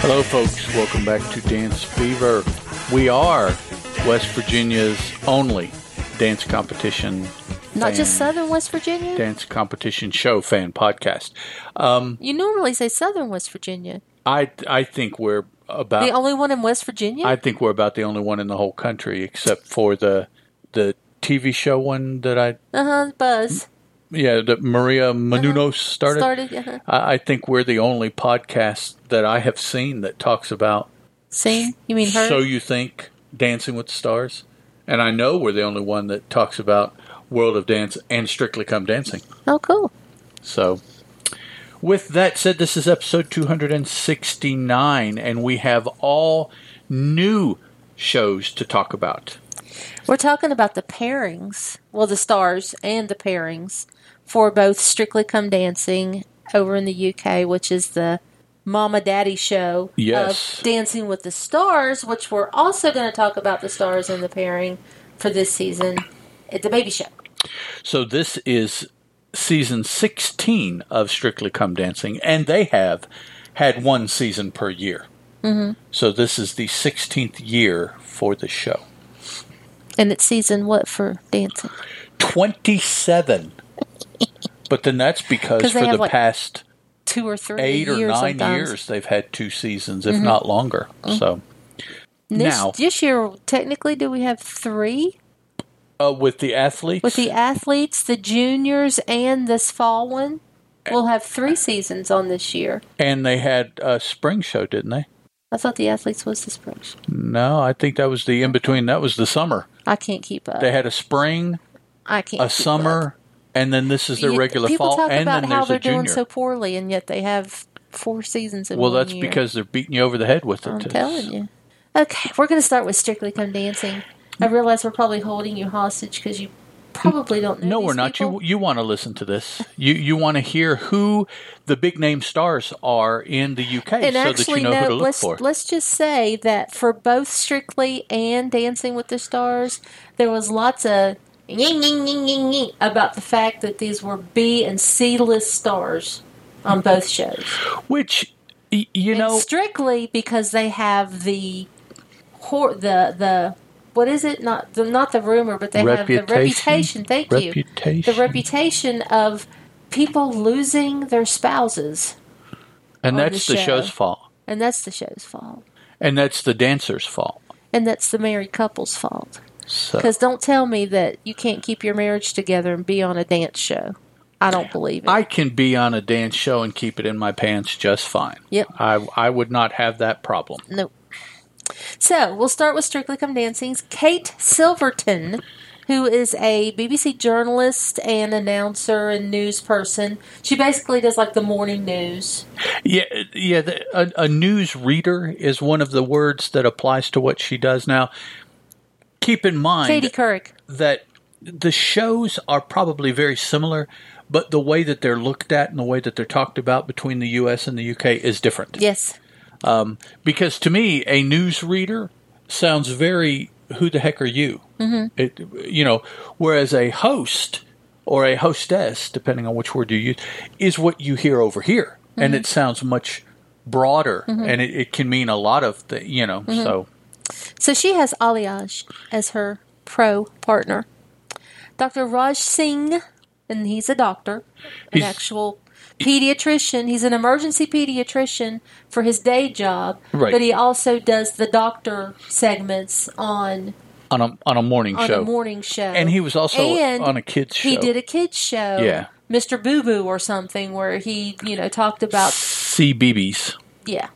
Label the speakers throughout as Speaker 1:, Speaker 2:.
Speaker 1: Hello, folks. Welcome back to Dance Fever. We are West Virginia's only dance competition.
Speaker 2: Not
Speaker 1: fan-
Speaker 2: just Southern West Virginia.
Speaker 1: Dance competition show fan podcast. Um,
Speaker 2: You normally say Southern West Virginia.
Speaker 1: I I think we're
Speaker 2: The
Speaker 1: about
Speaker 2: only one in West Virginia.
Speaker 1: Uh, I think we're about the only one in the whole country except for the the TV show one that I
Speaker 2: Uh huh. Buzz
Speaker 1: yeah that Maria Menounos started.
Speaker 2: started. Uh-huh.
Speaker 1: I, I think we're the only podcast that I have seen that talks about
Speaker 2: Sing. You mean her?
Speaker 1: So You Think Dancing with the Stars? And I know we're the only one that talks about World of Dance and Strictly Come Dancing.
Speaker 2: oh, cool.
Speaker 1: So, with that said, this is episode 269, and we have all new shows to talk about.
Speaker 2: We're talking about the pairings. Well, the stars and the pairings for both Strictly Come Dancing over in the UK, which is the Mama Daddy show
Speaker 1: Yes.
Speaker 2: of Dancing with the Stars, which we're also going to talk about the stars and the pairing for this season at the baby show.
Speaker 1: So, this is season 16 of Strictly Come Dancing, and they have had one season per year. Mm-hmm. So, this is the 16th year for the show.
Speaker 2: And it's season what for dancing?
Speaker 1: 27. but then that's because
Speaker 2: 'Cause they
Speaker 1: for
Speaker 2: have,
Speaker 1: the
Speaker 2: like,
Speaker 1: past
Speaker 2: Two or three
Speaker 1: eight or
Speaker 2: years
Speaker 1: nine
Speaker 2: sometimes. Mm-hmm.
Speaker 1: years, they've had two seasons, if not longer. So,
Speaker 2: This,
Speaker 1: Now-
Speaker 2: this year, technically, do we have three
Speaker 1: uh, with the athletes,
Speaker 2: with the athletes, the juniors, and this fall one? We'll have three seasons on this year.
Speaker 1: and they had a spring show, didn't they?
Speaker 2: I thought the athletes was the spring. show.
Speaker 1: No, I think that was the in between. That was the summer.
Speaker 2: I can't keep up.
Speaker 1: They had a spring,
Speaker 2: I can't.
Speaker 1: a
Speaker 2: keep up.
Speaker 1: summer, and then this is their
Speaker 2: You-
Speaker 1: regular
Speaker 2: people
Speaker 1: fall,
Speaker 2: talk
Speaker 1: and
Speaker 2: about
Speaker 1: then
Speaker 2: how
Speaker 1: there's
Speaker 2: they're
Speaker 1: a junior.
Speaker 2: doing so poorly, and yet they have four seasons in
Speaker 1: well,
Speaker 2: one
Speaker 1: that's
Speaker 2: year.
Speaker 1: because they're beating you over the head with it.
Speaker 2: I'm
Speaker 1: It's-
Speaker 2: telling you. Okay, we're going to start with Strictly Come Dancing. I realize we're probably holding you hostage because you probably don't know.
Speaker 1: No,
Speaker 2: these
Speaker 1: we're not.
Speaker 2: people.
Speaker 1: You you want to listen to this. You you want to hear who the big name stars are in the UK,
Speaker 2: and
Speaker 1: so that
Speaker 2: actually,
Speaker 1: you know who
Speaker 2: no.
Speaker 1: to look
Speaker 2: Let's
Speaker 1: for.
Speaker 2: let's just say that for both Strictly and Dancing with the Stars, there was lots of ying, ying, ying, ying, ying about the fact that these were B and C list stars on both shows.
Speaker 1: Which y- you know,
Speaker 2: and strictly because they have the hor- the the what is it? Not the not the rumor, but they have the reputation.
Speaker 1: Reputation?
Speaker 2: Thank you. The
Speaker 1: Reputation.
Speaker 2: reputation of people losing their spouses,
Speaker 1: and
Speaker 2: on
Speaker 1: that's
Speaker 2: the
Speaker 1: the,
Speaker 2: show.
Speaker 1: show's fault,
Speaker 2: and that's the show's fault,
Speaker 1: and that's the dancer's fault.
Speaker 2: and that's the married couple's fault.
Speaker 1: So
Speaker 2: Because don't tell me that you can't keep your marriage together and be on a dance show. I don't believe it.
Speaker 1: I can be on a dance show and keep it in my pants just fine.
Speaker 2: Yep.
Speaker 1: I I would not have that problem.
Speaker 2: Nope. So we'll start with Strictly Come Dancing's Kate Silverton, who is a BBC journalist and announcer and news person. She basically does like the morning news.
Speaker 1: Yeah, yeah. The, a, a news reader is one of the words that applies to what she does. Now, keep in mind,
Speaker 2: Katie Couric.
Speaker 1: that the shows are probably very similar, but the way that they're looked at and the way that they're talked about between the U.S. and the U.K. is different.
Speaker 2: Yes.
Speaker 1: Because to me, a newsreader sounds very "Who the heck are you?" Mm-hmm. It, you know, whereas a host or a hostess, depending on which word you use, is what you hear over here, and
Speaker 2: Mm-hmm.
Speaker 1: it sounds much broader, and it, it can mean a lot of things. You know,
Speaker 2: Mm-hmm.
Speaker 1: so
Speaker 2: So she has Aliage as her pro partner. Dr. Raj Singh, and he's a doctor, an
Speaker 1: He's-
Speaker 2: actual pediatrician. He's an emergency pediatrician for his day job,
Speaker 1: Right.
Speaker 2: but he also does the doctor segments on
Speaker 1: on a on a morning
Speaker 2: on
Speaker 1: show,
Speaker 2: a morning show.
Speaker 1: and he was also
Speaker 2: And
Speaker 1: on a kids show.
Speaker 2: He did a kids show,
Speaker 1: Yeah.
Speaker 2: Mr. Boo Boo or something, where he you know talked about
Speaker 1: CBBS.
Speaker 2: yeah,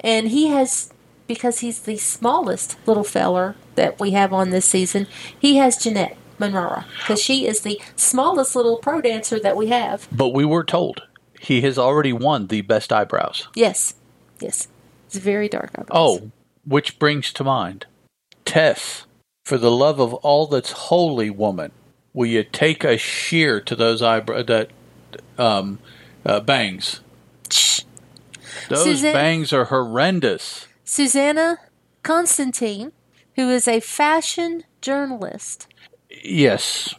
Speaker 2: and he has because he's the smallest little feller that we have on this season. He has Jeanette Monrara because she is the smallest little pro dancer that we have.
Speaker 1: But we were told he has already won the best eyebrows.
Speaker 2: Yes, yes, it's very dark. eyebrows.
Speaker 1: Oh, which brings to mind Tess, for the love of all that's holy, woman, will you take a shear to those eyebrow that um uh, bangs?
Speaker 2: Shh.
Speaker 1: Those
Speaker 2: Suzanne-
Speaker 1: bangs are horrendous.
Speaker 2: Susanna Constantine, who is a fashion journalist.
Speaker 1: Yes.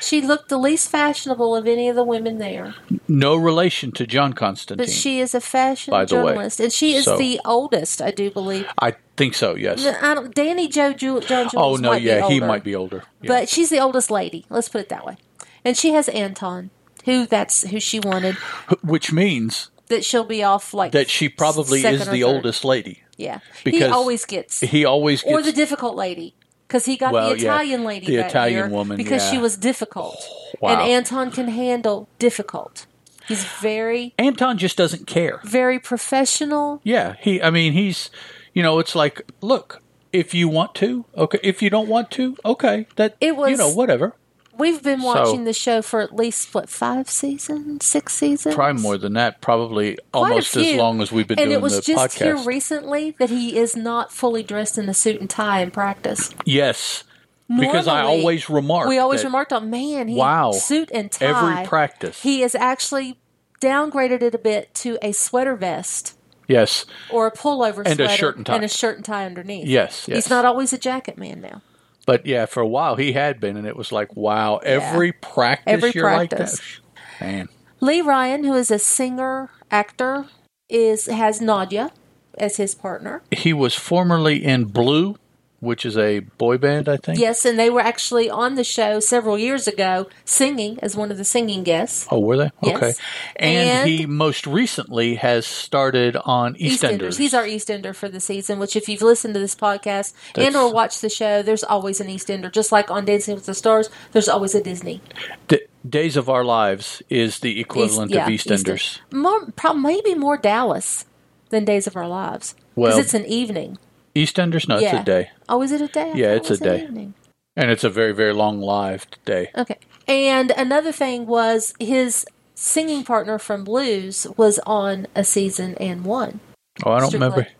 Speaker 2: She looked the least fashionable of any of the women there,
Speaker 1: No relation to John Constantine.
Speaker 2: but she is a fashion
Speaker 1: By the way,
Speaker 2: journalist, and she is
Speaker 1: so-
Speaker 2: the oldest, I do believe.
Speaker 1: I think so. Yes.
Speaker 2: I don't, Danny Joe Ju- John Jules
Speaker 1: oh no.
Speaker 2: might be
Speaker 1: Yeah, he
Speaker 2: older.
Speaker 1: might be older. Yeah.
Speaker 2: but she's the oldest lady. Let's put it that way. And she has Anton, who that's who she wanted.
Speaker 1: Which means
Speaker 2: That she'll be off like
Speaker 1: that she probably
Speaker 2: second
Speaker 1: is
Speaker 2: or
Speaker 1: the
Speaker 2: third.
Speaker 1: oldest lady.
Speaker 2: Yeah, he
Speaker 1: because
Speaker 2: always gets
Speaker 1: He always gets
Speaker 2: or the difficult lady because he got
Speaker 1: Well,
Speaker 2: the
Speaker 1: yeah,
Speaker 2: Italian lady,
Speaker 1: the
Speaker 2: that
Speaker 1: Italian
Speaker 2: year
Speaker 1: woman,
Speaker 2: because she
Speaker 1: yeah. Oh,
Speaker 2: was difficult.
Speaker 1: Wow.
Speaker 2: And Anton can handle difficult. He's very,
Speaker 1: Anton just doesn't care.
Speaker 2: very professional.
Speaker 1: Yeah, he. I mean, he's. You know, it's like, look, if you want to, okay. If you don't want to, okay. That
Speaker 2: It was-
Speaker 1: you know whatever.
Speaker 2: We've been watching the show for at least what five seasons, six seasons,
Speaker 1: Probably more than that. Probably
Speaker 2: Quite a
Speaker 1: almost as
Speaker 2: few.
Speaker 1: long as we've been
Speaker 2: and
Speaker 1: doing
Speaker 2: it was
Speaker 1: the
Speaker 2: just
Speaker 1: podcast.
Speaker 2: here recently that he is not fully dressed in a suit and tie in practice.
Speaker 1: yes, because I
Speaker 2: Normally,
Speaker 1: always remark.
Speaker 2: We always
Speaker 1: that
Speaker 2: remarked on man, he
Speaker 1: Wow.
Speaker 2: suit and tie.
Speaker 1: every practice.
Speaker 2: he is actually downgraded it a bit to a sweater vest
Speaker 1: yes,
Speaker 2: or a pullover
Speaker 1: And a
Speaker 2: sweater
Speaker 1: shirt and tie.
Speaker 2: and a shirt and tie underneath.
Speaker 1: Yes, yes.
Speaker 2: he's not always a jacket man now.
Speaker 1: but yeah, for a while he had been, and it was like, wow, every practice
Speaker 2: Every
Speaker 1: you're
Speaker 2: practice.
Speaker 1: like that. Man,
Speaker 2: Lee Ryan, who is a singer actor, is has Nadia as his partner.
Speaker 1: he was formerly in Blue, which is a boy band, I think.
Speaker 2: Yes, and they were actually on the show several years ago singing as one of the singing guests.
Speaker 1: Oh, were they?
Speaker 2: Yes.
Speaker 1: Okay. And,
Speaker 2: And-
Speaker 1: he most recently has started on EastEnders.
Speaker 2: He's our EastEnder for the season, which if you've listened to this podcast and
Speaker 1: That's-
Speaker 2: or watched the show, there's always an EastEnder. Just like on Dancing with the Stars, there's always a Disney.
Speaker 1: D- Days of Our Lives is the equivalent
Speaker 2: East- yeah,
Speaker 1: of EastEnders.
Speaker 2: Eastern. More, prob- maybe more Dallas than Days of Our Lives. Because
Speaker 1: Well,
Speaker 2: it's an evening.
Speaker 1: EastEnders? No,
Speaker 2: yeah.
Speaker 1: it's a day.
Speaker 2: Oh, is it a day? I
Speaker 1: Yeah,
Speaker 2: thought it
Speaker 1: it's a
Speaker 2: was an
Speaker 1: day.
Speaker 2: evening.
Speaker 1: And it's a very, very long lived day.
Speaker 2: Okay. And another thing was his singing partner from Blues was on a season and one.
Speaker 1: Oh, I don't
Speaker 2: Strictly. Mm-hmm.
Speaker 1: remember.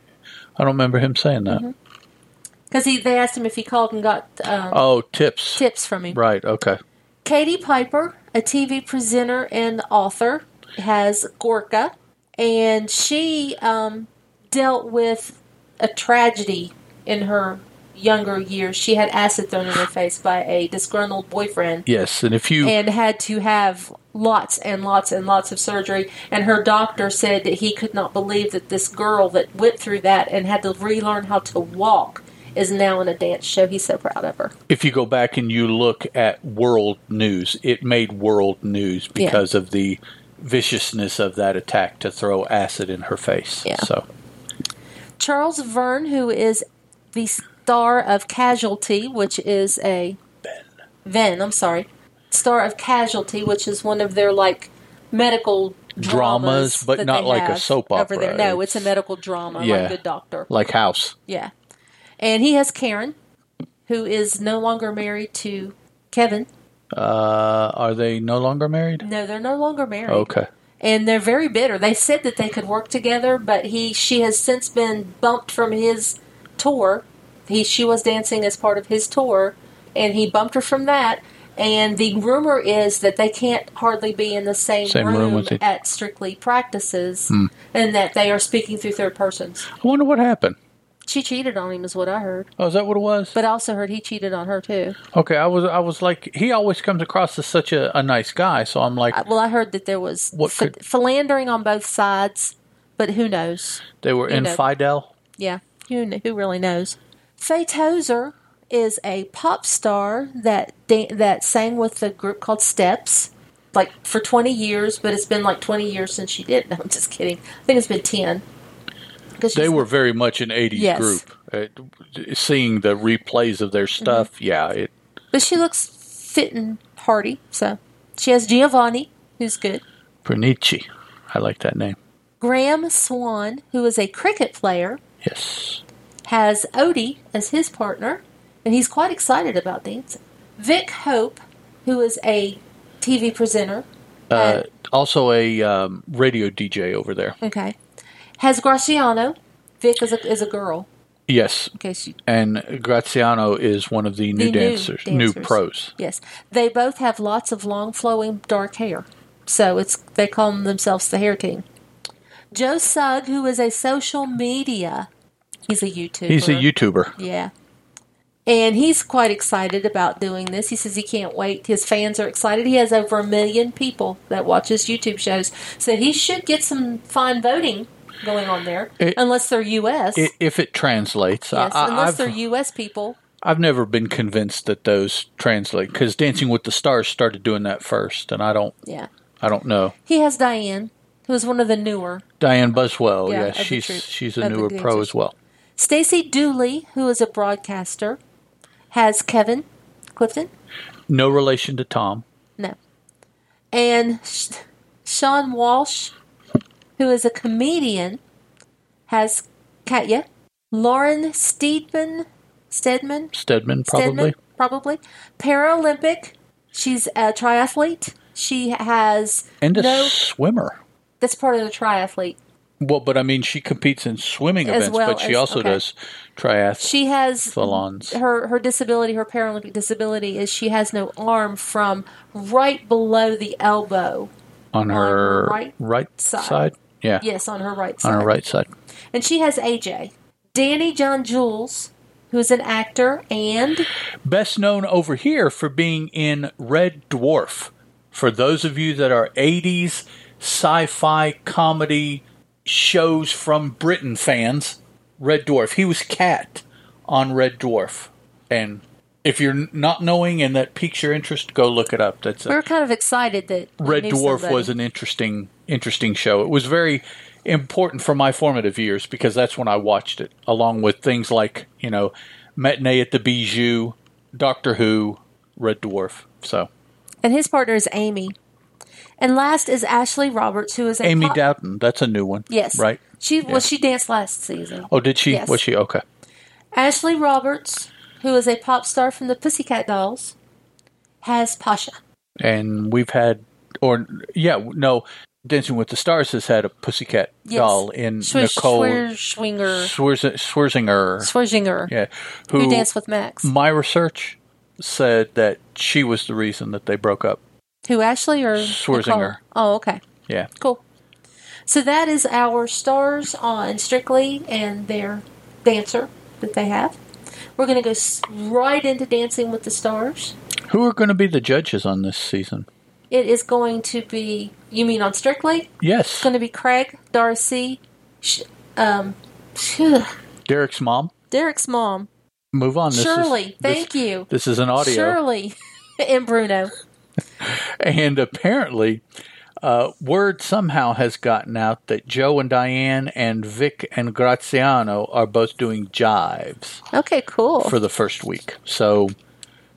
Speaker 1: I don't remember him saying that.
Speaker 2: Because they asked him if he called and got um,
Speaker 1: Oh, tips.
Speaker 2: tips from him.
Speaker 1: Right. Okay.
Speaker 2: Katie Piper, a TV presenter and author, has Gorka, and she um, dealt with a tragedy in her younger years. She had acid thrown in her face by a disgruntled boyfriend
Speaker 1: Yes. And if you
Speaker 2: and had to have lots and lots and lots of surgery. And her doctor said that he could not believe that this girl that went through that and had to relearn how to walk is now in a dance show. He's so proud of her.
Speaker 1: if you go back and you look at world news, it made world news
Speaker 2: Yeah.
Speaker 1: because of the viciousness of that attack to throw acid in her face.
Speaker 2: Yeah.
Speaker 1: So
Speaker 2: Charles Verne, who is the star of Casualty, which is a Ben. I'm sorry, star of Casualty, which is one of their like medical dramas,
Speaker 1: Dramas, but
Speaker 2: that
Speaker 1: not
Speaker 2: they
Speaker 1: like a
Speaker 2: have
Speaker 1: soap
Speaker 2: over
Speaker 1: opera.
Speaker 2: There. No, it's a medical drama,
Speaker 1: Yeah.
Speaker 2: like Good Doctor.
Speaker 1: like House.
Speaker 2: Yeah, and he has Karen, who is no longer married to Kevin.
Speaker 1: Uh, are they no longer married?
Speaker 2: No, they're no longer married.
Speaker 1: Okay.
Speaker 2: and they're very bitter. They said that they could work together, but he she has since been bumped from his tour. He she was dancing as part of his tour, and he bumped her from that. And the rumor is that they can't hardly be in the same,
Speaker 1: Same room
Speaker 2: room,
Speaker 1: with each- Hmm.
Speaker 2: at strictly practices, and that they are speaking through third persons.
Speaker 1: I wonder what happened.
Speaker 2: She cheated on him, is what I heard.
Speaker 1: Oh, is that what it was?
Speaker 2: But I also heard he cheated on her too.
Speaker 1: okay, I was I was like he always comes across as such a, a nice guy, so I'm like
Speaker 2: I- Well, I heard that there was
Speaker 1: What
Speaker 2: ph-
Speaker 1: could-
Speaker 2: philandering on both sides, but who knows?
Speaker 1: they were
Speaker 2: know.
Speaker 1: infidel.
Speaker 2: Yeah, who, kn- who really knows? Faye Tozer is a pop star that da- that sang with the group called Steps, like for 20 years, but it's been like 20 years since she did. No, I'm just kidding. I think it's been 10. 'Cause
Speaker 1: They
Speaker 2: she's-
Speaker 1: were very much an '80s
Speaker 2: Yes.
Speaker 1: group. Uh, seeing the replays of their stuff, yeah, it
Speaker 2: but she looks fit and hearty. So she has Giovanni, who's good.
Speaker 1: Pernici. I like that name.
Speaker 2: Graham Swan, who is a cricket player,
Speaker 1: Yes.
Speaker 2: has Odie as his partner, and he's quite excited about dancing. Vic Hope, who is a TV presenter,
Speaker 1: Uh,
Speaker 2: had-
Speaker 1: also a um, radio DJ over there.
Speaker 2: okay, has Graciano. Vic is a, is a girl.
Speaker 1: Yes,
Speaker 2: Okay, she,
Speaker 1: and Graziano is one of the new,
Speaker 2: The new
Speaker 1: dancers, new
Speaker 2: dancers.
Speaker 1: pros.
Speaker 2: yes, they both have lots of long flowing dark hair, so it's they call themselves the hair team. Joe Sugg, who is a social media, he's a YouTuber.
Speaker 1: He's a YouTuber.
Speaker 2: yeah. And he's quite excited about doing this. He says he can't wait. His fans are excited. He has over a million people that watch his YouTube shows. So he should get some fine voting going on there,
Speaker 1: It-
Speaker 2: unless they're U.S.
Speaker 1: I- If it translates,
Speaker 2: yes,
Speaker 1: I, I,
Speaker 2: unless
Speaker 1: I've,
Speaker 2: they're U.S. people.
Speaker 1: I've never been convinced that those translate because Dancing with the Stars started doing that first, and I don't,
Speaker 2: Yeah.
Speaker 1: I don't know.
Speaker 2: He has Diane, who is one of the newer.
Speaker 1: Diane Buswell,
Speaker 2: Yeah,
Speaker 1: yes,
Speaker 2: of the
Speaker 1: she's
Speaker 2: troop-
Speaker 1: she's
Speaker 2: of
Speaker 1: a
Speaker 2: the
Speaker 1: newer pro
Speaker 2: dancers.
Speaker 1: as well.
Speaker 2: Stacy Dooley, who is a broadcaster, has Kevin Clifton.
Speaker 1: No relation to Tom.
Speaker 2: No. And Sh- Sean Walsh, who is a comedian, has Katya. Lauren Steedman, Stedman,
Speaker 1: Stedman, probably.
Speaker 2: Stedman, probably. Paralympic. She's a triathlete. She has
Speaker 1: And a
Speaker 2: no.
Speaker 1: swimmer.
Speaker 2: That's part of the triathlete.
Speaker 1: Well, but I mean, she competes in swimming
Speaker 2: As
Speaker 1: events,
Speaker 2: well
Speaker 1: but she
Speaker 2: as-
Speaker 1: also
Speaker 2: okay.
Speaker 1: does triathlons.
Speaker 2: She has
Speaker 1: Salons.
Speaker 2: her her disability, her Paralympic disability is she has no arm from right below the elbow.
Speaker 1: on her
Speaker 2: right
Speaker 1: right,
Speaker 2: side.
Speaker 1: side. Yeah,
Speaker 2: Yes, on her right
Speaker 1: on
Speaker 2: side.
Speaker 1: her right side.
Speaker 2: And she has AJ. Danny John Jules, who is an actor and
Speaker 1: Best known over here for being in Red Dwarf. For those of you that are 80s sci fi comedy shows from Britain fans, Red Dwarf. He was Cat on Red Dwarf. And if you're n- not knowing and that piques your interest, go look it up. That's
Speaker 2: we
Speaker 1: a,
Speaker 2: were kind of excited that we
Speaker 1: Red
Speaker 2: knew
Speaker 1: Dwarf
Speaker 2: somebody.
Speaker 1: was an interesting interesting show. It was very important for my formative years because that's when I watched it, along with things like you know Matinee at the Bijou, Doctor Who, Red Dwarf. So
Speaker 2: and his partner is Amy. And last is Ashley Roberts, who is a
Speaker 1: Amy
Speaker 2: pop-
Speaker 1: Dowden, that's a new one.
Speaker 2: Uh, Yes,
Speaker 1: right.
Speaker 2: She well, she danced last season.
Speaker 1: Oh, did she?
Speaker 2: Yes.
Speaker 1: Was she okay?
Speaker 2: Ashley Roberts, who is a pop star from the Pussycat Dolls, has Pasha.
Speaker 1: And we've had, or yeah, no, Dancing with the Stars has had a Pussycat
Speaker 2: Yes.
Speaker 1: doll in
Speaker 2: Swish,
Speaker 1: Nicole
Speaker 2: Schwinger,
Speaker 1: Swerz- Swerzinger,
Speaker 2: Swerzinger,
Speaker 1: yeah,
Speaker 2: who danced with Max.
Speaker 1: my research said that she was the reason that they broke up.
Speaker 2: Who Ashley or
Speaker 1: Swerzinger.
Speaker 2: Nicole? Oh, okay,
Speaker 1: Yeah.
Speaker 2: cool. So that is our stars on Strictly and their dancer that they have. We're going to go s- right into Dancing with the Stars.
Speaker 1: Who are going to be the judges on this season?
Speaker 2: It is going to be you mean on Strictly? It's
Speaker 1: Yes.
Speaker 2: going to be Craig, Darcy, sh- um,
Speaker 1: Derek's mom.
Speaker 2: Derek's mom,
Speaker 1: Move on. This
Speaker 2: Shirley.
Speaker 1: Is, this-
Speaker 2: thank you.
Speaker 1: This is an audio.
Speaker 2: Shirley and Bruno.
Speaker 1: And apparently, uh, word somehow has gotten out that Joe and Diane and Vic and Graziano are both doing jives
Speaker 2: Okay, cool.
Speaker 1: for the first week. So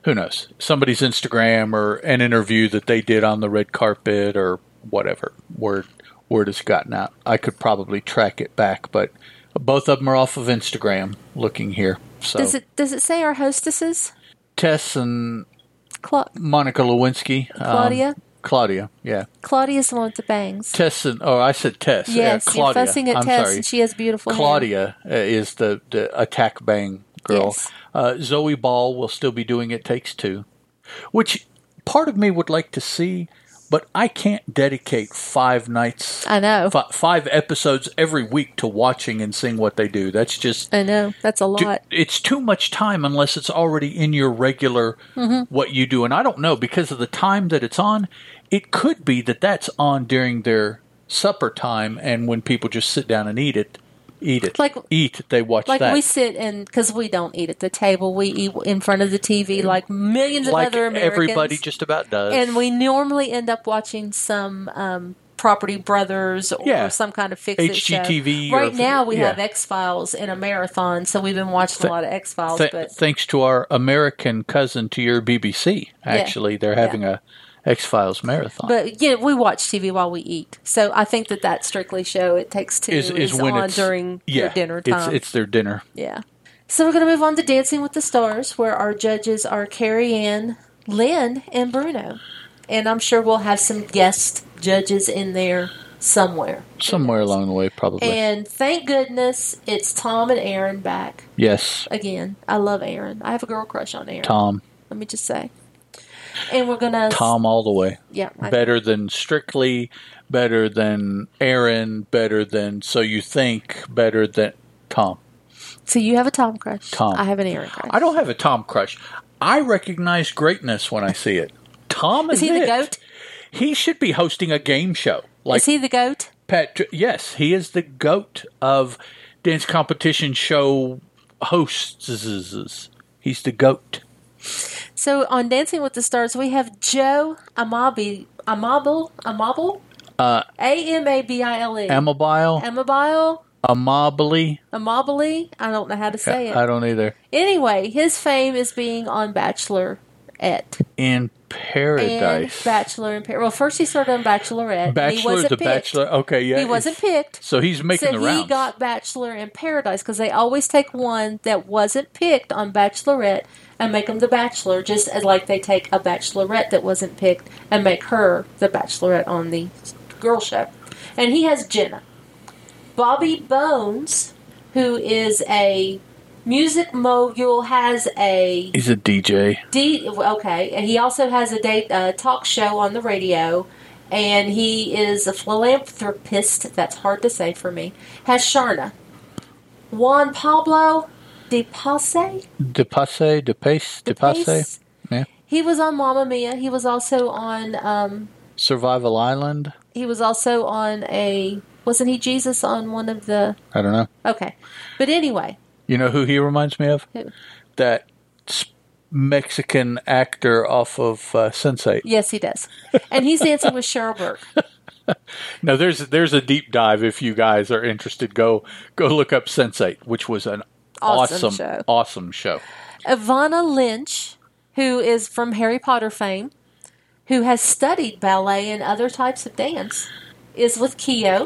Speaker 1: who knows? Somebody's Instagram or an interview that they did on the red carpet or whatever. Word word has gotten out. I could probably track it back, but both of them are off of Instagram looking here. So
Speaker 2: does it does it say our hostesses?
Speaker 1: Tess and
Speaker 2: Cla-
Speaker 1: Monica Lewinsky. um,
Speaker 2: Claudia?
Speaker 1: Claudia, yeah.
Speaker 2: Claudia's the one with the bangs.
Speaker 1: Tess and oh, I said Tess.
Speaker 2: Yes,
Speaker 1: yeah, Claudia.
Speaker 2: you're fussing at
Speaker 1: I'm
Speaker 2: Tess,
Speaker 1: sorry.
Speaker 2: and she has beautiful hair.
Speaker 1: Claudia uh, is the, the attack bang girl.
Speaker 2: Yes.
Speaker 1: Uh, Zoe Ball will still be doing It Takes Two, which part of me would like to see, but I can't dedicate five nights,
Speaker 2: I know.
Speaker 1: fi- five episodes every week to watching and seeing what they do. That's just.
Speaker 2: I know. That's a
Speaker 1: do-
Speaker 2: lot.
Speaker 1: It's too much time unless it's already in your regular
Speaker 2: Mm-hmm.
Speaker 1: what you do, and I don't know because of the time that it's on. It could be that that's on during their supper time, and when people just sit down and eat it, eat it,
Speaker 2: Like-
Speaker 1: eat. They watch
Speaker 2: like
Speaker 1: that.
Speaker 2: we sit and because we don't eat at the table, we eat in front of the TV like millions
Speaker 1: like
Speaker 2: of other Americans.
Speaker 1: everybody just about does.
Speaker 2: and we normally end up watching some um, Property Brothers or
Speaker 1: Yeah.
Speaker 2: some kind of fix it
Speaker 1: HGTV
Speaker 2: show.
Speaker 1: or-
Speaker 2: Right now, we
Speaker 1: yeah.
Speaker 2: have X Files in a marathon, so we've been watching a lot of X Files.
Speaker 1: Th-
Speaker 2: but
Speaker 1: thanks to our American cousin to your BBC, actually, they're having a X Files marathon.
Speaker 2: but yeah, we watch TV while we eat. So I think that that Strictly show it takes two
Speaker 1: is,
Speaker 2: is,
Speaker 1: is when
Speaker 2: on
Speaker 1: it's
Speaker 2: during
Speaker 1: yeah,
Speaker 2: your dinner
Speaker 1: it's-
Speaker 2: time.
Speaker 1: it's their dinner.
Speaker 2: Yeah. So we're going to move on to Dancing with the Stars, where our judges are Carrie Ann, Lynn, and Bruno. And I'm sure we'll have some guest judges in there somewhere.
Speaker 1: Somewhere along the way, probably.
Speaker 2: And thank goodness it's Tom and Aaron back
Speaker 1: yes,
Speaker 2: again. I love Aaron. I have a girl crush on Aaron.
Speaker 1: Tom.
Speaker 2: Let me just say. And we're going to.
Speaker 1: Tom all the way.
Speaker 2: Yeah. I-
Speaker 1: Better than Strictly, better than Aaron, better than So You Think, better than Tom.
Speaker 2: So you have a Tom crush.
Speaker 1: Tom.
Speaker 2: I have an Aaron crush.
Speaker 1: I don't have a Tom crush. I recognize greatness when I see it. Tom is,
Speaker 2: Is he the
Speaker 1: it.
Speaker 2: goat?
Speaker 1: He should be hosting a game show. Like
Speaker 2: Is he the goat?
Speaker 1: Pat, yes, he is the goat of dance competition show hosts. He's the goat.
Speaker 2: So on Dancing with the Stars, we have Joe Amabi, Amabile, Amabile,
Speaker 1: Uh,
Speaker 2: A M A B I L E,
Speaker 1: Amabile,
Speaker 2: Amabile,
Speaker 1: Amabile.
Speaker 2: Amabile. I don't know how to say
Speaker 1: I
Speaker 2: it.
Speaker 1: don't either.
Speaker 2: Anyway, his fame is being on Bachelorette
Speaker 1: In
Speaker 2: and
Speaker 1: paradise,
Speaker 2: Bachelor in Paris. Well, first he started on Bachelorette. and he
Speaker 1: Bachelor
Speaker 2: wasn't
Speaker 1: to
Speaker 2: picked.
Speaker 1: Bachelor. Okay, yeah,
Speaker 2: He wasn't picked.
Speaker 1: So he's making
Speaker 2: so
Speaker 1: the
Speaker 2: he
Speaker 1: rounds.
Speaker 2: got Bachelor in Paradise because they always take one that wasn't picked on Bachelorette and make them the Bachelor, just as like they take a Bachelorette that wasn't picked and make her the Bachelorette on the girl show. And he has Jenna, Bobby Bones, who is a music mogul, has a
Speaker 1: he's a DJ.
Speaker 2: D. Okay, and he also has a date uh, talk show on the radio, and he is a philanthropist. That's hard to say for me. Has Sharna, Juan Pablo De Pace.
Speaker 1: De passe, de pace, de passe.
Speaker 2: Pace?
Speaker 1: Yeah.
Speaker 2: He was on Mamma Mia. He was also on. Um,
Speaker 1: Survival Island.
Speaker 2: he was also on a. Wasn't he Jesus on one of the?
Speaker 1: I don't know.
Speaker 2: Okay, but anyway,
Speaker 1: You know who he reminds me of?
Speaker 2: Who?
Speaker 1: That s- Mexican actor off of uh, Sense8.
Speaker 2: yes, he does, and he's dancing with Cheryl Burke.
Speaker 1: Now there's there's a deep dive if you guys are interested. Go go look up Sense8, which was an
Speaker 2: Awesome
Speaker 1: awesome
Speaker 2: show.
Speaker 1: awesome show.
Speaker 2: Ivana Lynch, who is from Harry Potter fame, who has studied ballet and other types of dance, is with Keo.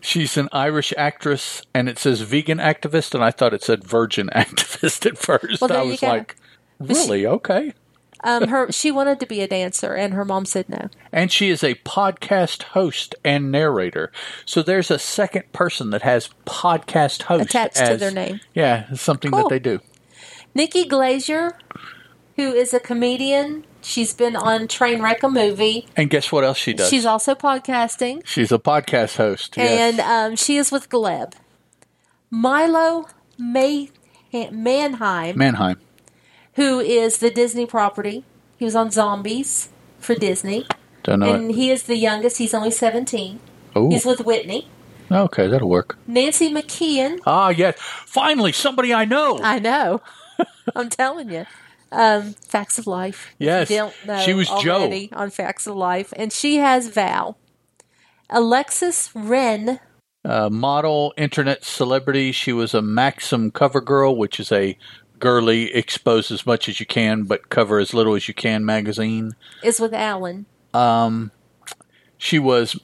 Speaker 1: She's an Irish actress, and it says vegan activist, and I thought it said virgin activist at first.
Speaker 2: Well, there
Speaker 1: I
Speaker 2: you
Speaker 1: was
Speaker 2: go.
Speaker 1: like, really okay.
Speaker 2: Um, her she wanted to be a dancer, and her mom said no.
Speaker 1: And she is a podcast host and narrator. So there's a second person that has podcast host
Speaker 2: Attached to
Speaker 1: as-
Speaker 2: their name.
Speaker 1: Yeah, it's something
Speaker 2: Cool.
Speaker 1: that they do.
Speaker 2: Nikki Glazier, who is a comedian, she's been on Trainwreck a movie.
Speaker 1: And guess what else she does?
Speaker 2: She's also podcasting,
Speaker 1: She's a podcast host.
Speaker 2: and
Speaker 1: yes.
Speaker 2: um, she is with Gleb. Milo May- Manheim,
Speaker 1: Mannheim.
Speaker 2: who is the Disney property. He was on Zombies for Disney.
Speaker 1: Don't know
Speaker 2: and
Speaker 1: it.
Speaker 2: he is the youngest. He's only 17.
Speaker 1: Ooh.
Speaker 2: He's with Whitney.
Speaker 1: Okay, that'll work.
Speaker 2: Nancy McKeon.
Speaker 1: Ah, yes. Finally, somebody I know.
Speaker 2: I know. I'm telling you. Um, Facts of Life. If you
Speaker 1: Yes.
Speaker 2: don't know
Speaker 1: She was Joe.
Speaker 2: already on Facts of Life. And she has Val. Alexis Wren.
Speaker 1: uh, model, internet celebrity. She was a Maxim cover girl, which is a girly, expose as much as you can, but cover as little as you can magazine.
Speaker 2: is with Alan.
Speaker 1: She was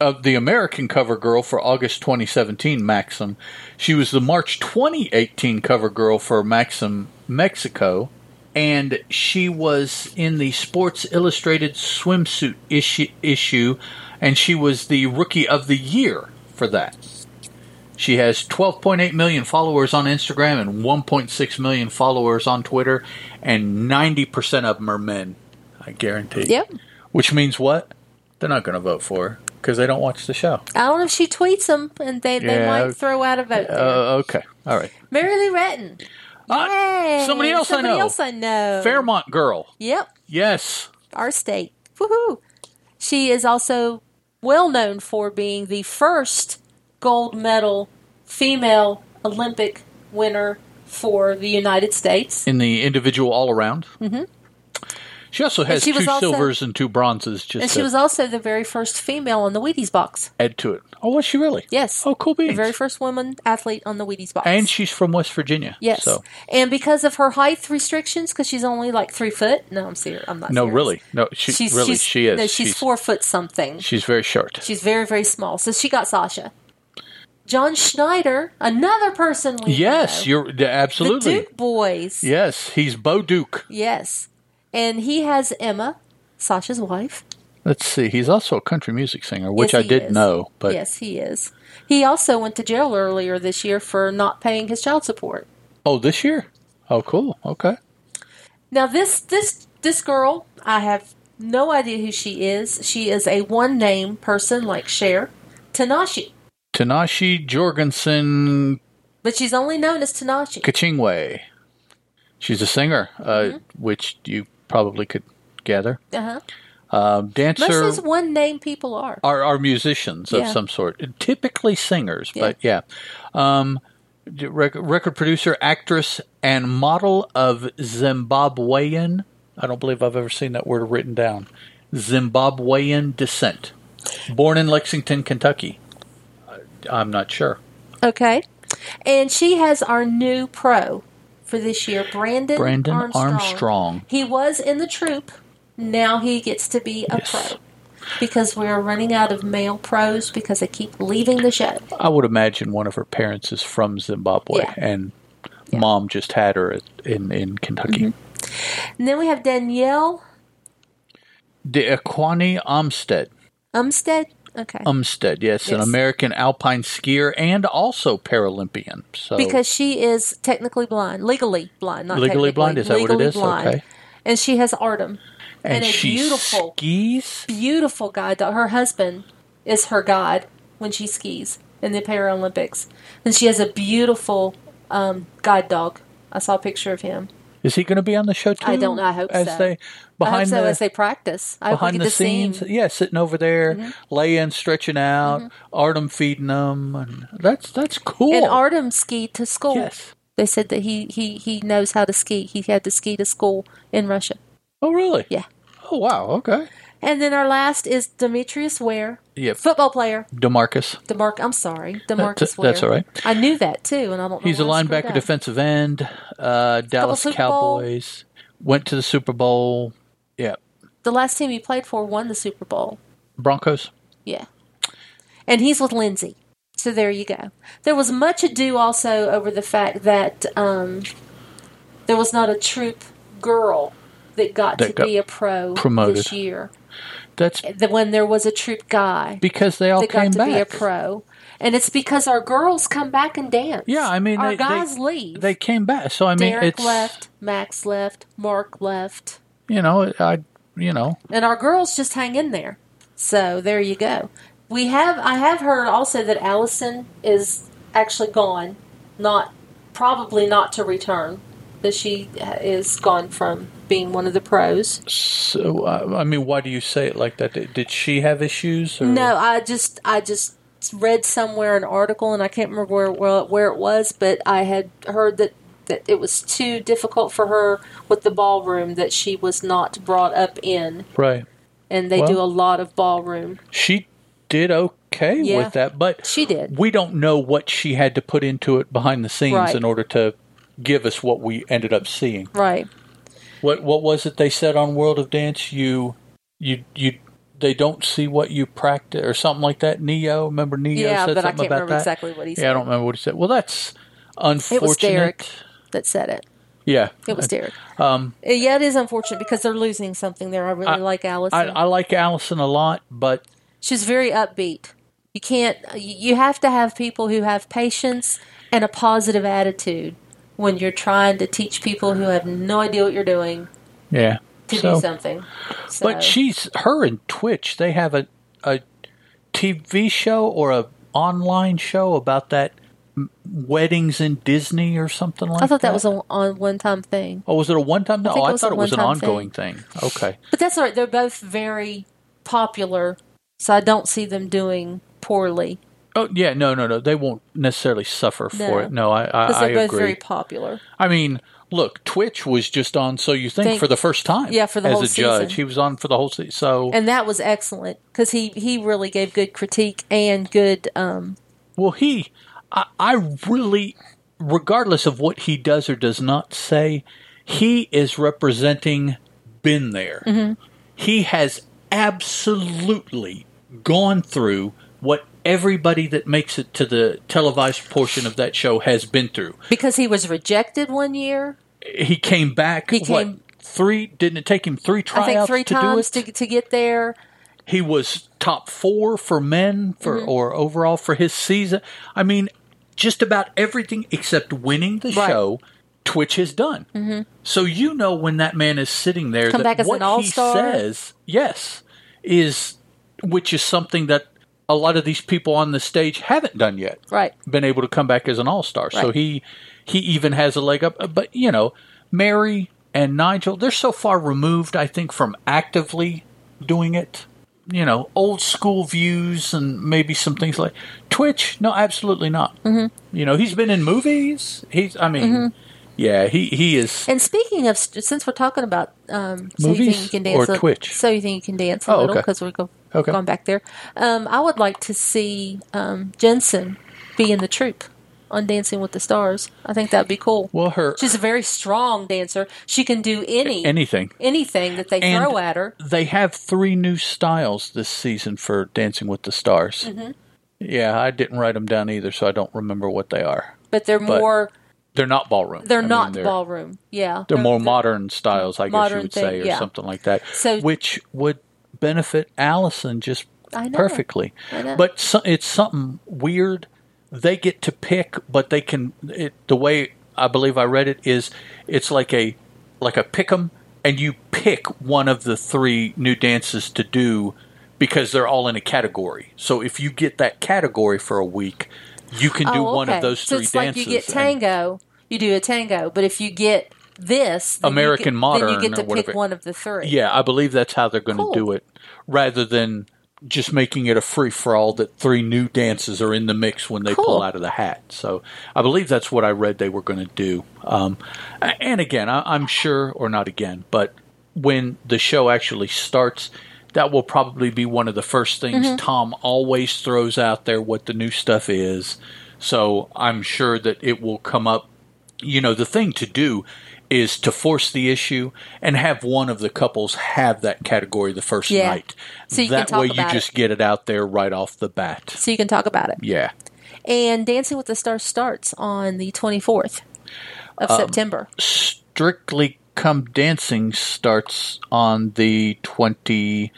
Speaker 1: of the American cover girl for August 2017 Maxim. She was the March 2018 cover girl for Maxim Mexico. And she was in the Sports Illustrated swimsuit issue, issue, and she was the Rookie of the Year for that. She has 12.8 million followers on Instagram and 1.6 million followers on Twitter, and 90% of them are men. I guarantee.
Speaker 2: Yep.
Speaker 1: Which means what? They're not going to vote for her because they don't watch the show.
Speaker 2: I don't know if she tweets them, and they, they
Speaker 1: Yeah.
Speaker 2: might throw out a vote there.
Speaker 1: Uh, okay. All right.
Speaker 2: Mary Lou Retton.
Speaker 1: Ah,
Speaker 2: Hey,
Speaker 1: somebody else I know.
Speaker 2: else I know.
Speaker 1: Fairmont girl.
Speaker 2: Yep.
Speaker 1: Yes.
Speaker 2: our state. Woohoo! She is also well known for being the first gold medal female Olympic winner for the United States.
Speaker 1: In the individual all around. Mm-hmm. She also has
Speaker 2: she
Speaker 1: two
Speaker 2: was also-
Speaker 1: silvers and two bronzes just
Speaker 2: And
Speaker 1: to
Speaker 2: she was also the very first female on the Wheaties box.
Speaker 1: add to it. Oh, was she really?
Speaker 2: Yes.
Speaker 1: Oh, cool
Speaker 2: The
Speaker 1: beans.
Speaker 2: very first woman athlete on the Wheaties box.
Speaker 1: and she's from West Virginia.
Speaker 2: yes.
Speaker 1: So.
Speaker 2: And because of her height restrictions, because she's only like three foot. No, I'm serious. I'm not
Speaker 1: No,
Speaker 2: serious.
Speaker 1: really. No, she,
Speaker 2: She's,
Speaker 1: really,
Speaker 2: she's-
Speaker 1: she is.
Speaker 2: No, she's, four foot something.
Speaker 1: She's very short.
Speaker 2: She's very, very small. So she got Sasha. John Schneider, another person we
Speaker 1: yes,
Speaker 2: know.
Speaker 1: you're d- absolutely.
Speaker 2: The Duke boys.
Speaker 1: Yes, he's Bo Duke.
Speaker 2: Yes. And he has Emma, Sasha's wife.
Speaker 1: Let's see. He's also a country music singer, which
Speaker 2: Yes,
Speaker 1: I
Speaker 2: he
Speaker 1: did
Speaker 2: is.
Speaker 1: know, but
Speaker 2: yes, he is. He also went to jail earlier this year for not paying his child support.
Speaker 1: Oh, this year? Oh, cool. Okay.
Speaker 2: Now this this this girl, I have no idea who she is. She is a one name person like Cher. Tanashi.
Speaker 1: Tanashi Jorgensen
Speaker 2: But she's only known as Tanashi.
Speaker 1: Kachingwe. She's a singer, uh, which you probably could gather.
Speaker 2: Uh-huh.
Speaker 1: Um,
Speaker 2: Most of
Speaker 1: dancer
Speaker 2: these one name people are.
Speaker 1: are, are musicians of
Speaker 2: Yeah.
Speaker 1: some sort, typically singers, but yeah. Um, d- rec- record producer, actress, and model of Zimbabwean. I don't believe I've ever seen that word written down. Zimbabwean descent. Born in Lexington, Kentucky. I- I'm not sure.
Speaker 2: Okay. And she has our new pro for this year, Brandon,
Speaker 1: Brandon
Speaker 2: Armstrong.
Speaker 1: Armstrong.
Speaker 2: He was in the troop. Now he gets to be a
Speaker 1: Yes.
Speaker 2: pro. Because we are running out of male pros because they keep leaving the show.
Speaker 1: I would imagine one of her parents is from Zimbabwe,
Speaker 2: Yeah.
Speaker 1: and mom just had her at, in in Kentucky.
Speaker 2: And then we have Danielle Mm-hmm.
Speaker 1: De Equani Umstead,
Speaker 2: Umstead. Okay.
Speaker 1: Um, Umstead, yes, an
Speaker 2: Yes.
Speaker 1: American alpine skier and also Paralympian. So
Speaker 2: because she is technically blind, legally blind, not
Speaker 1: legally
Speaker 2: technically,
Speaker 1: blind is that what
Speaker 2: legally
Speaker 1: it is?
Speaker 2: blind.
Speaker 1: Okay,
Speaker 2: And she has Artem,
Speaker 1: and,
Speaker 2: and a
Speaker 1: she
Speaker 2: beautiful-
Speaker 1: skis.
Speaker 2: beautiful guy. dog. Her husband is her god when she skis in the Paralympics, and she has a beautiful um, guide dog. I saw a picture of him.
Speaker 1: Is he going to be on the show too?
Speaker 2: I don't know. I hope
Speaker 1: as
Speaker 2: so.
Speaker 1: they
Speaker 2: I hope
Speaker 1: behind
Speaker 2: so
Speaker 1: the
Speaker 2: as they practice. I hope we
Speaker 1: behind
Speaker 2: get
Speaker 1: the
Speaker 2: to see him.
Speaker 1: scenes, yeah, sitting over there,
Speaker 2: Mm-hmm.
Speaker 1: laying, stretching out, Artem feeding them, and that's that's cool.
Speaker 2: And Artem skied to school.
Speaker 1: yes.
Speaker 2: They said that he, he, he knows how to ski. He had to ski to school in Russia.
Speaker 1: Oh, really?
Speaker 2: Yeah.
Speaker 1: Oh, wow. Okay.
Speaker 2: And then our last is Demetrius Ware,
Speaker 1: Yeah.
Speaker 2: football player.
Speaker 1: Demarcus.
Speaker 2: DeMarc, I'm sorry, DeMarcus
Speaker 1: That's-
Speaker 2: Ware.
Speaker 1: that's all right.
Speaker 2: I knew that too, and I don't. know
Speaker 1: He's a
Speaker 2: why I screwed
Speaker 1: linebacker,
Speaker 2: up.
Speaker 1: defensive end. Uh, Dallas
Speaker 2: Super Bowl.
Speaker 1: Cowboys went to the Super Bowl. Yeah,
Speaker 2: The last team he played for won the Super Bowl.
Speaker 1: Broncos.
Speaker 2: Yeah, and he's with Lindsay. So there you go. There was much ado also over the fact that um, there was not a troop girl that got
Speaker 1: That
Speaker 2: to
Speaker 1: got
Speaker 2: be a pro
Speaker 1: promoted.
Speaker 2: this year.
Speaker 1: That's
Speaker 2: The, when there was a troop guy
Speaker 1: because they all
Speaker 2: that
Speaker 1: came
Speaker 2: got to be a
Speaker 1: back.
Speaker 2: pro, and it's because our girls come back and dance.
Speaker 1: Yeah, I mean,
Speaker 2: our
Speaker 1: they- they-
Speaker 2: guys leave.
Speaker 1: They came back, so I mean,
Speaker 2: Derek
Speaker 1: it's
Speaker 2: left, Max left, Mark left,
Speaker 1: you know, I you know,
Speaker 2: and our girls just hang in there. So there you go. We have I have heard also that Allison is actually gone, not probably not to return. That she is gone from being one of the pros.
Speaker 1: so I, I mean, why do you say it like that? Did, did she have issues? Or?
Speaker 2: No, I just I just read somewhere an article and I can't remember where where, where it was, but I had heard that. That it was too difficult for her with the ballroom that she was not brought up in,
Speaker 1: right.
Speaker 2: and they do
Speaker 1: Well-
Speaker 2: a lot of ballroom.
Speaker 1: She did okay
Speaker 2: Yeah.
Speaker 1: with that, but
Speaker 2: She did.
Speaker 1: we don't know what she had to put into it behind the scenes
Speaker 2: Right.
Speaker 1: in order to give us what we ended up seeing.
Speaker 2: Right.
Speaker 1: What what was it they said on World of Dance? You you you they don't see what you practice or something like that. Neo, remember Neo
Speaker 2: Yeah,
Speaker 1: said
Speaker 2: but I
Speaker 1: something
Speaker 2: can't
Speaker 1: about
Speaker 2: remember
Speaker 1: that.
Speaker 2: exactly what he said.
Speaker 1: Yeah, I don't remember what he said. Well, that's unfortunate.
Speaker 2: It was Derek that said it.
Speaker 1: Yeah,
Speaker 2: It was Derek.
Speaker 1: Um,
Speaker 2: Uh, Yeah, it is unfortunate because they're losing something there. I really like Allison.
Speaker 1: I, I like Allison a lot, but
Speaker 2: She's very upbeat. You can't. You you have to have people who have patience and a positive attitude when you're trying to teach people who have no idea what you're doing
Speaker 1: yeah.
Speaker 2: to do
Speaker 1: So-
Speaker 2: something. So,
Speaker 1: But she's her and Twitch. They have a a TV show or a online show about that m- weddings in Disney or something like that.
Speaker 2: I thought that was a on one time thing.
Speaker 1: Oh, was it a one time?
Speaker 2: think
Speaker 1: Oh,
Speaker 2: it
Speaker 1: I
Speaker 2: was
Speaker 1: thought
Speaker 2: a
Speaker 1: it was an
Speaker 2: one-time thing.
Speaker 1: ongoing thing. Okay.
Speaker 2: But that's all right. They're both very popular, so I don't see them doing poorly
Speaker 1: Oh yeah, no, no, no. They won't necessarily suffer
Speaker 2: No.
Speaker 1: for it. No, I, I,
Speaker 2: because
Speaker 1: I
Speaker 2: they're both
Speaker 1: agree.
Speaker 2: very popular.
Speaker 1: I mean, look, Twitch was just on. So you think
Speaker 2: Think-
Speaker 1: for the first time?
Speaker 2: Yeah, for the
Speaker 1: as
Speaker 2: whole
Speaker 1: a judge,
Speaker 2: season.
Speaker 1: he was on for the whole season. So
Speaker 2: and that was excellent because he he really gave good critique and good um
Speaker 1: well, he, I, I really, regardless of what he does or does not say, he is representing been there.
Speaker 2: Mm-hmm.
Speaker 1: He has absolutely gone through what everybody that makes it to the televised portion of that show has been through.
Speaker 2: because he was rejected one year.
Speaker 1: he came back.
Speaker 2: He
Speaker 1: what,
Speaker 2: came-
Speaker 1: three? Didn't it take him three
Speaker 2: I
Speaker 1: tryouts
Speaker 2: think three
Speaker 1: to
Speaker 2: times
Speaker 1: do it?
Speaker 2: to to get there.
Speaker 1: he was top four for men for
Speaker 2: Mm-hmm.
Speaker 1: or overall for his season. I mean, just about everything except winning the
Speaker 2: Right.
Speaker 1: show. Twitch has done. Mm-hmm. So you know when that man is sitting there,
Speaker 2: Come
Speaker 1: that
Speaker 2: back as
Speaker 1: what
Speaker 2: an all-star.
Speaker 1: he says, yes, is which is something that a lot of these people on the stage haven't done yet.
Speaker 2: Right.
Speaker 1: Been able to come back as an all star. So
Speaker 2: Right.
Speaker 1: he he even has a leg up. Uh, But you know, Mary and Nigel, they're so far removed, I think, from actively doing it. You know, old school views and maybe some things like Twitch. No, absolutely not. Mm-hmm. You know, he's been in movies. He's, I mean, yeah, he he is.
Speaker 2: And speaking of, since we're talking about um, so you think
Speaker 1: Movies
Speaker 2: you can dance
Speaker 1: or
Speaker 2: a-
Speaker 1: Twitch?
Speaker 2: so you think you can dance a
Speaker 1: Oh,
Speaker 2: little
Speaker 1: okay.
Speaker 2: because we're go-
Speaker 1: Okay.
Speaker 2: going back there. Um, I would like to see um, Jensen be in the troupe on Dancing with the Stars. I think that'd be cool.
Speaker 1: Well, her
Speaker 2: She's a very strong dancer. She can do any
Speaker 1: anything.
Speaker 2: anything that they
Speaker 1: And-
Speaker 2: throw at her.
Speaker 1: They have three new styles this season for Dancing with the Stars. Yeah, I didn't write them down either, so I don't remember what they are.
Speaker 2: But they're
Speaker 1: but-
Speaker 2: more
Speaker 1: They're not ballroom.
Speaker 2: they're
Speaker 1: I mean,
Speaker 2: not ballroom. Yeah,
Speaker 1: They're more modern styles, I guess you
Speaker 2: modern
Speaker 1: would
Speaker 2: thing,
Speaker 1: say, or
Speaker 2: yeah.
Speaker 1: something like that.
Speaker 2: So-
Speaker 1: which would benefit Allison just
Speaker 2: I know.
Speaker 1: perfectly.
Speaker 2: I know.
Speaker 1: But so, it's something weird. They get to pick, but they can. It, the way I believe I read it is, it's like a like a pick 'em, and you pick one of the three new dances to do because they're all in a category. So if you get that category for a week, you can do
Speaker 2: Oh,
Speaker 1: one of
Speaker 2: okay.
Speaker 1: those
Speaker 2: So
Speaker 1: three
Speaker 2: it's like
Speaker 1: dances.
Speaker 2: you get
Speaker 1: and-
Speaker 2: tango, you do a tango. But if you get this then you
Speaker 1: American
Speaker 2: get- then
Speaker 1: modern
Speaker 2: you get
Speaker 1: or
Speaker 2: to
Speaker 1: whatever.
Speaker 2: pick one of the three.
Speaker 1: Yeah, I believe that's how they're going to
Speaker 2: Cool.
Speaker 1: do it, rather than just making it a free for all that three new dances are in the mix when they pull
Speaker 2: Cool.
Speaker 1: out of the hat. So I believe that's what I read they were going to do. Um, a- and again, I, I'm sure, or not again, but when the show actually starts. That will probably be one of the first things
Speaker 2: Mm-hmm.
Speaker 1: Tom always throws out there what the new stuff is. So I'm sure that it will come up you know, the thing to do is to force the issue and have one of the couples have that category the first
Speaker 2: Yeah.
Speaker 1: night.
Speaker 2: So you can
Speaker 1: that
Speaker 2: talk
Speaker 1: way
Speaker 2: about
Speaker 1: you just get it out there right off the bat.
Speaker 2: so you can talk about it.
Speaker 1: Yeah.
Speaker 2: And Dancing with the Stars starts on the 24th of
Speaker 1: Um,
Speaker 2: September.
Speaker 1: Strictly Come Dancing starts on the 22nd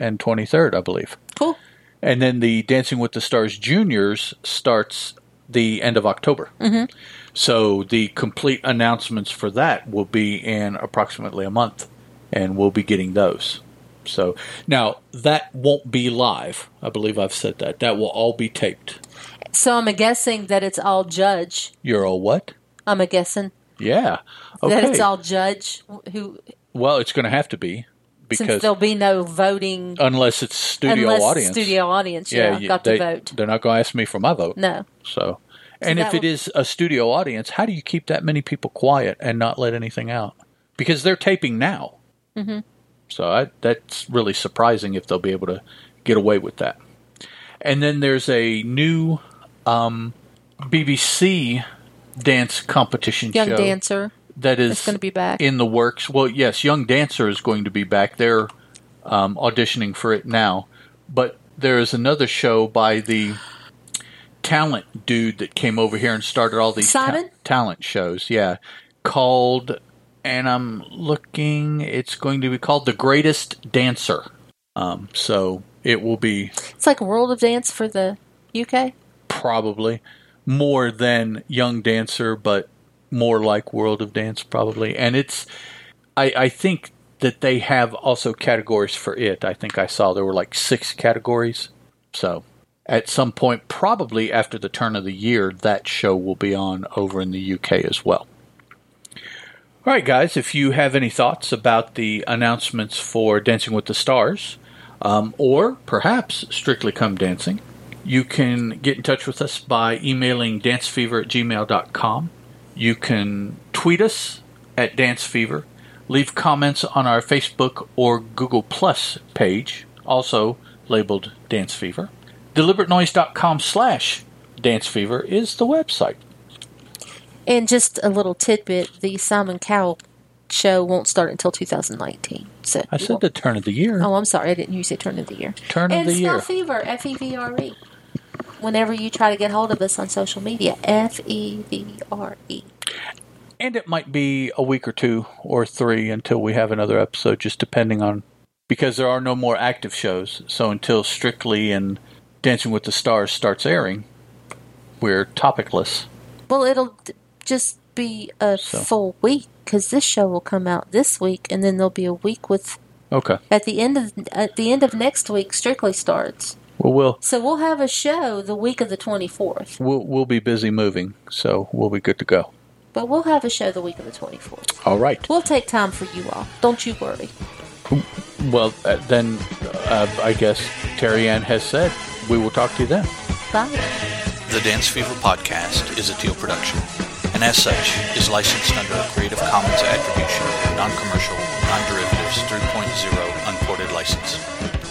Speaker 1: and 23rd, I believe.
Speaker 2: Cool.
Speaker 1: And then the Dancing with the Stars Juniors starts the end of October. Mm-hmm. So the complete announcements for that will be in approximately a month, and we'll be getting those. So now that won't be live. I believe I've said that. That will all be taped.
Speaker 2: So I'm guessing that it's all judge.
Speaker 1: You're all what?
Speaker 2: I'm guessing
Speaker 1: Yeah. Okay.
Speaker 2: that it's all judge who
Speaker 1: well, it's going to have to be
Speaker 2: since
Speaker 1: because
Speaker 2: there'll be no voting
Speaker 1: unless it's studio
Speaker 2: unless
Speaker 1: audience.
Speaker 2: studio audience yeah,
Speaker 1: you-
Speaker 2: got
Speaker 1: they,
Speaker 2: to vote.
Speaker 1: They're not going to ask me for my vote.
Speaker 2: No.
Speaker 1: So, and if
Speaker 2: that
Speaker 1: it
Speaker 2: would-
Speaker 1: is a studio audience, how do you keep that many people quiet and not let anything out? Because they're taping now.
Speaker 2: Mm-hmm.
Speaker 1: So I, that's really surprising if they'll be able to get away with that. And then there's a new um, BBC dance competition
Speaker 2: Young
Speaker 1: show
Speaker 2: dancer.
Speaker 1: that is
Speaker 2: It's going to be back.
Speaker 1: in the works. Well, yes, Young Dancer is going to be back. They're um, auditioning for it now, but there is another show by the talent dude that came over here and started all these ta-
Speaker 2: Simon?
Speaker 1: talent shows. Yeah, called and I'm looking. It's going to be called the Greatest Dancer. Um, so it will be
Speaker 2: it's like World of Dance for the UK.
Speaker 1: probably more than Young Dancer, but more like World of Dance probably. And it's I, I think that they have also categories for it. I think I saw there were like six categories. So at some point, probably after the turn of the year, that show will be on over in the UK as well. All right, guys, if you have any thoughts about the announcements for Dancing with the Stars, um, or perhaps Strictly Come Dancing, you can get in touch with us by emailing dancefever at gmail.com. You can tweet us at dancefever. Leave comments on our Facebook or Google Plus page, also labeled Dance Fever. DeliberateNoise.com slash Dance Fever is the website.
Speaker 2: And just a little tidbit: the Simon Cowell show won't start until 2019. So
Speaker 1: I said the turn of the year.
Speaker 2: Oh, I'm sorry. I didn't use it turn of the year.
Speaker 1: Turn of
Speaker 2: and
Speaker 1: the year.
Speaker 2: spell fever, F E V R E. Whenever you try to get hold of us on social media, F E V R E.
Speaker 1: and it might be a week or two or three until we have another episode just depending on because there are no more active shows so until strictly and dancing with the stars starts airing we're topicless
Speaker 2: Well, it'll d- just be a
Speaker 1: So.
Speaker 2: full week because this show will come out this week, and then there'll be a week with
Speaker 1: okay
Speaker 2: at the end of at the end of next week. Strictly starts.
Speaker 1: Well, we'll
Speaker 2: So we'll have a show the week of the 24th,
Speaker 1: we'll, we'll be busy moving, so we'll be good to go.
Speaker 2: but we'll have a show the week of the 24th.
Speaker 1: All right.
Speaker 2: We'll take time for you all. Don't you worry.
Speaker 1: Well, uh, then uh, I guess Terry Ann has said we will talk to you then.
Speaker 2: Bye.
Speaker 3: The Dance Fever podcast is a teal production, and as such, is licensed under a Creative Commons Attribution, Non-Commercial, Non-Derivatives 3.0 Unported License.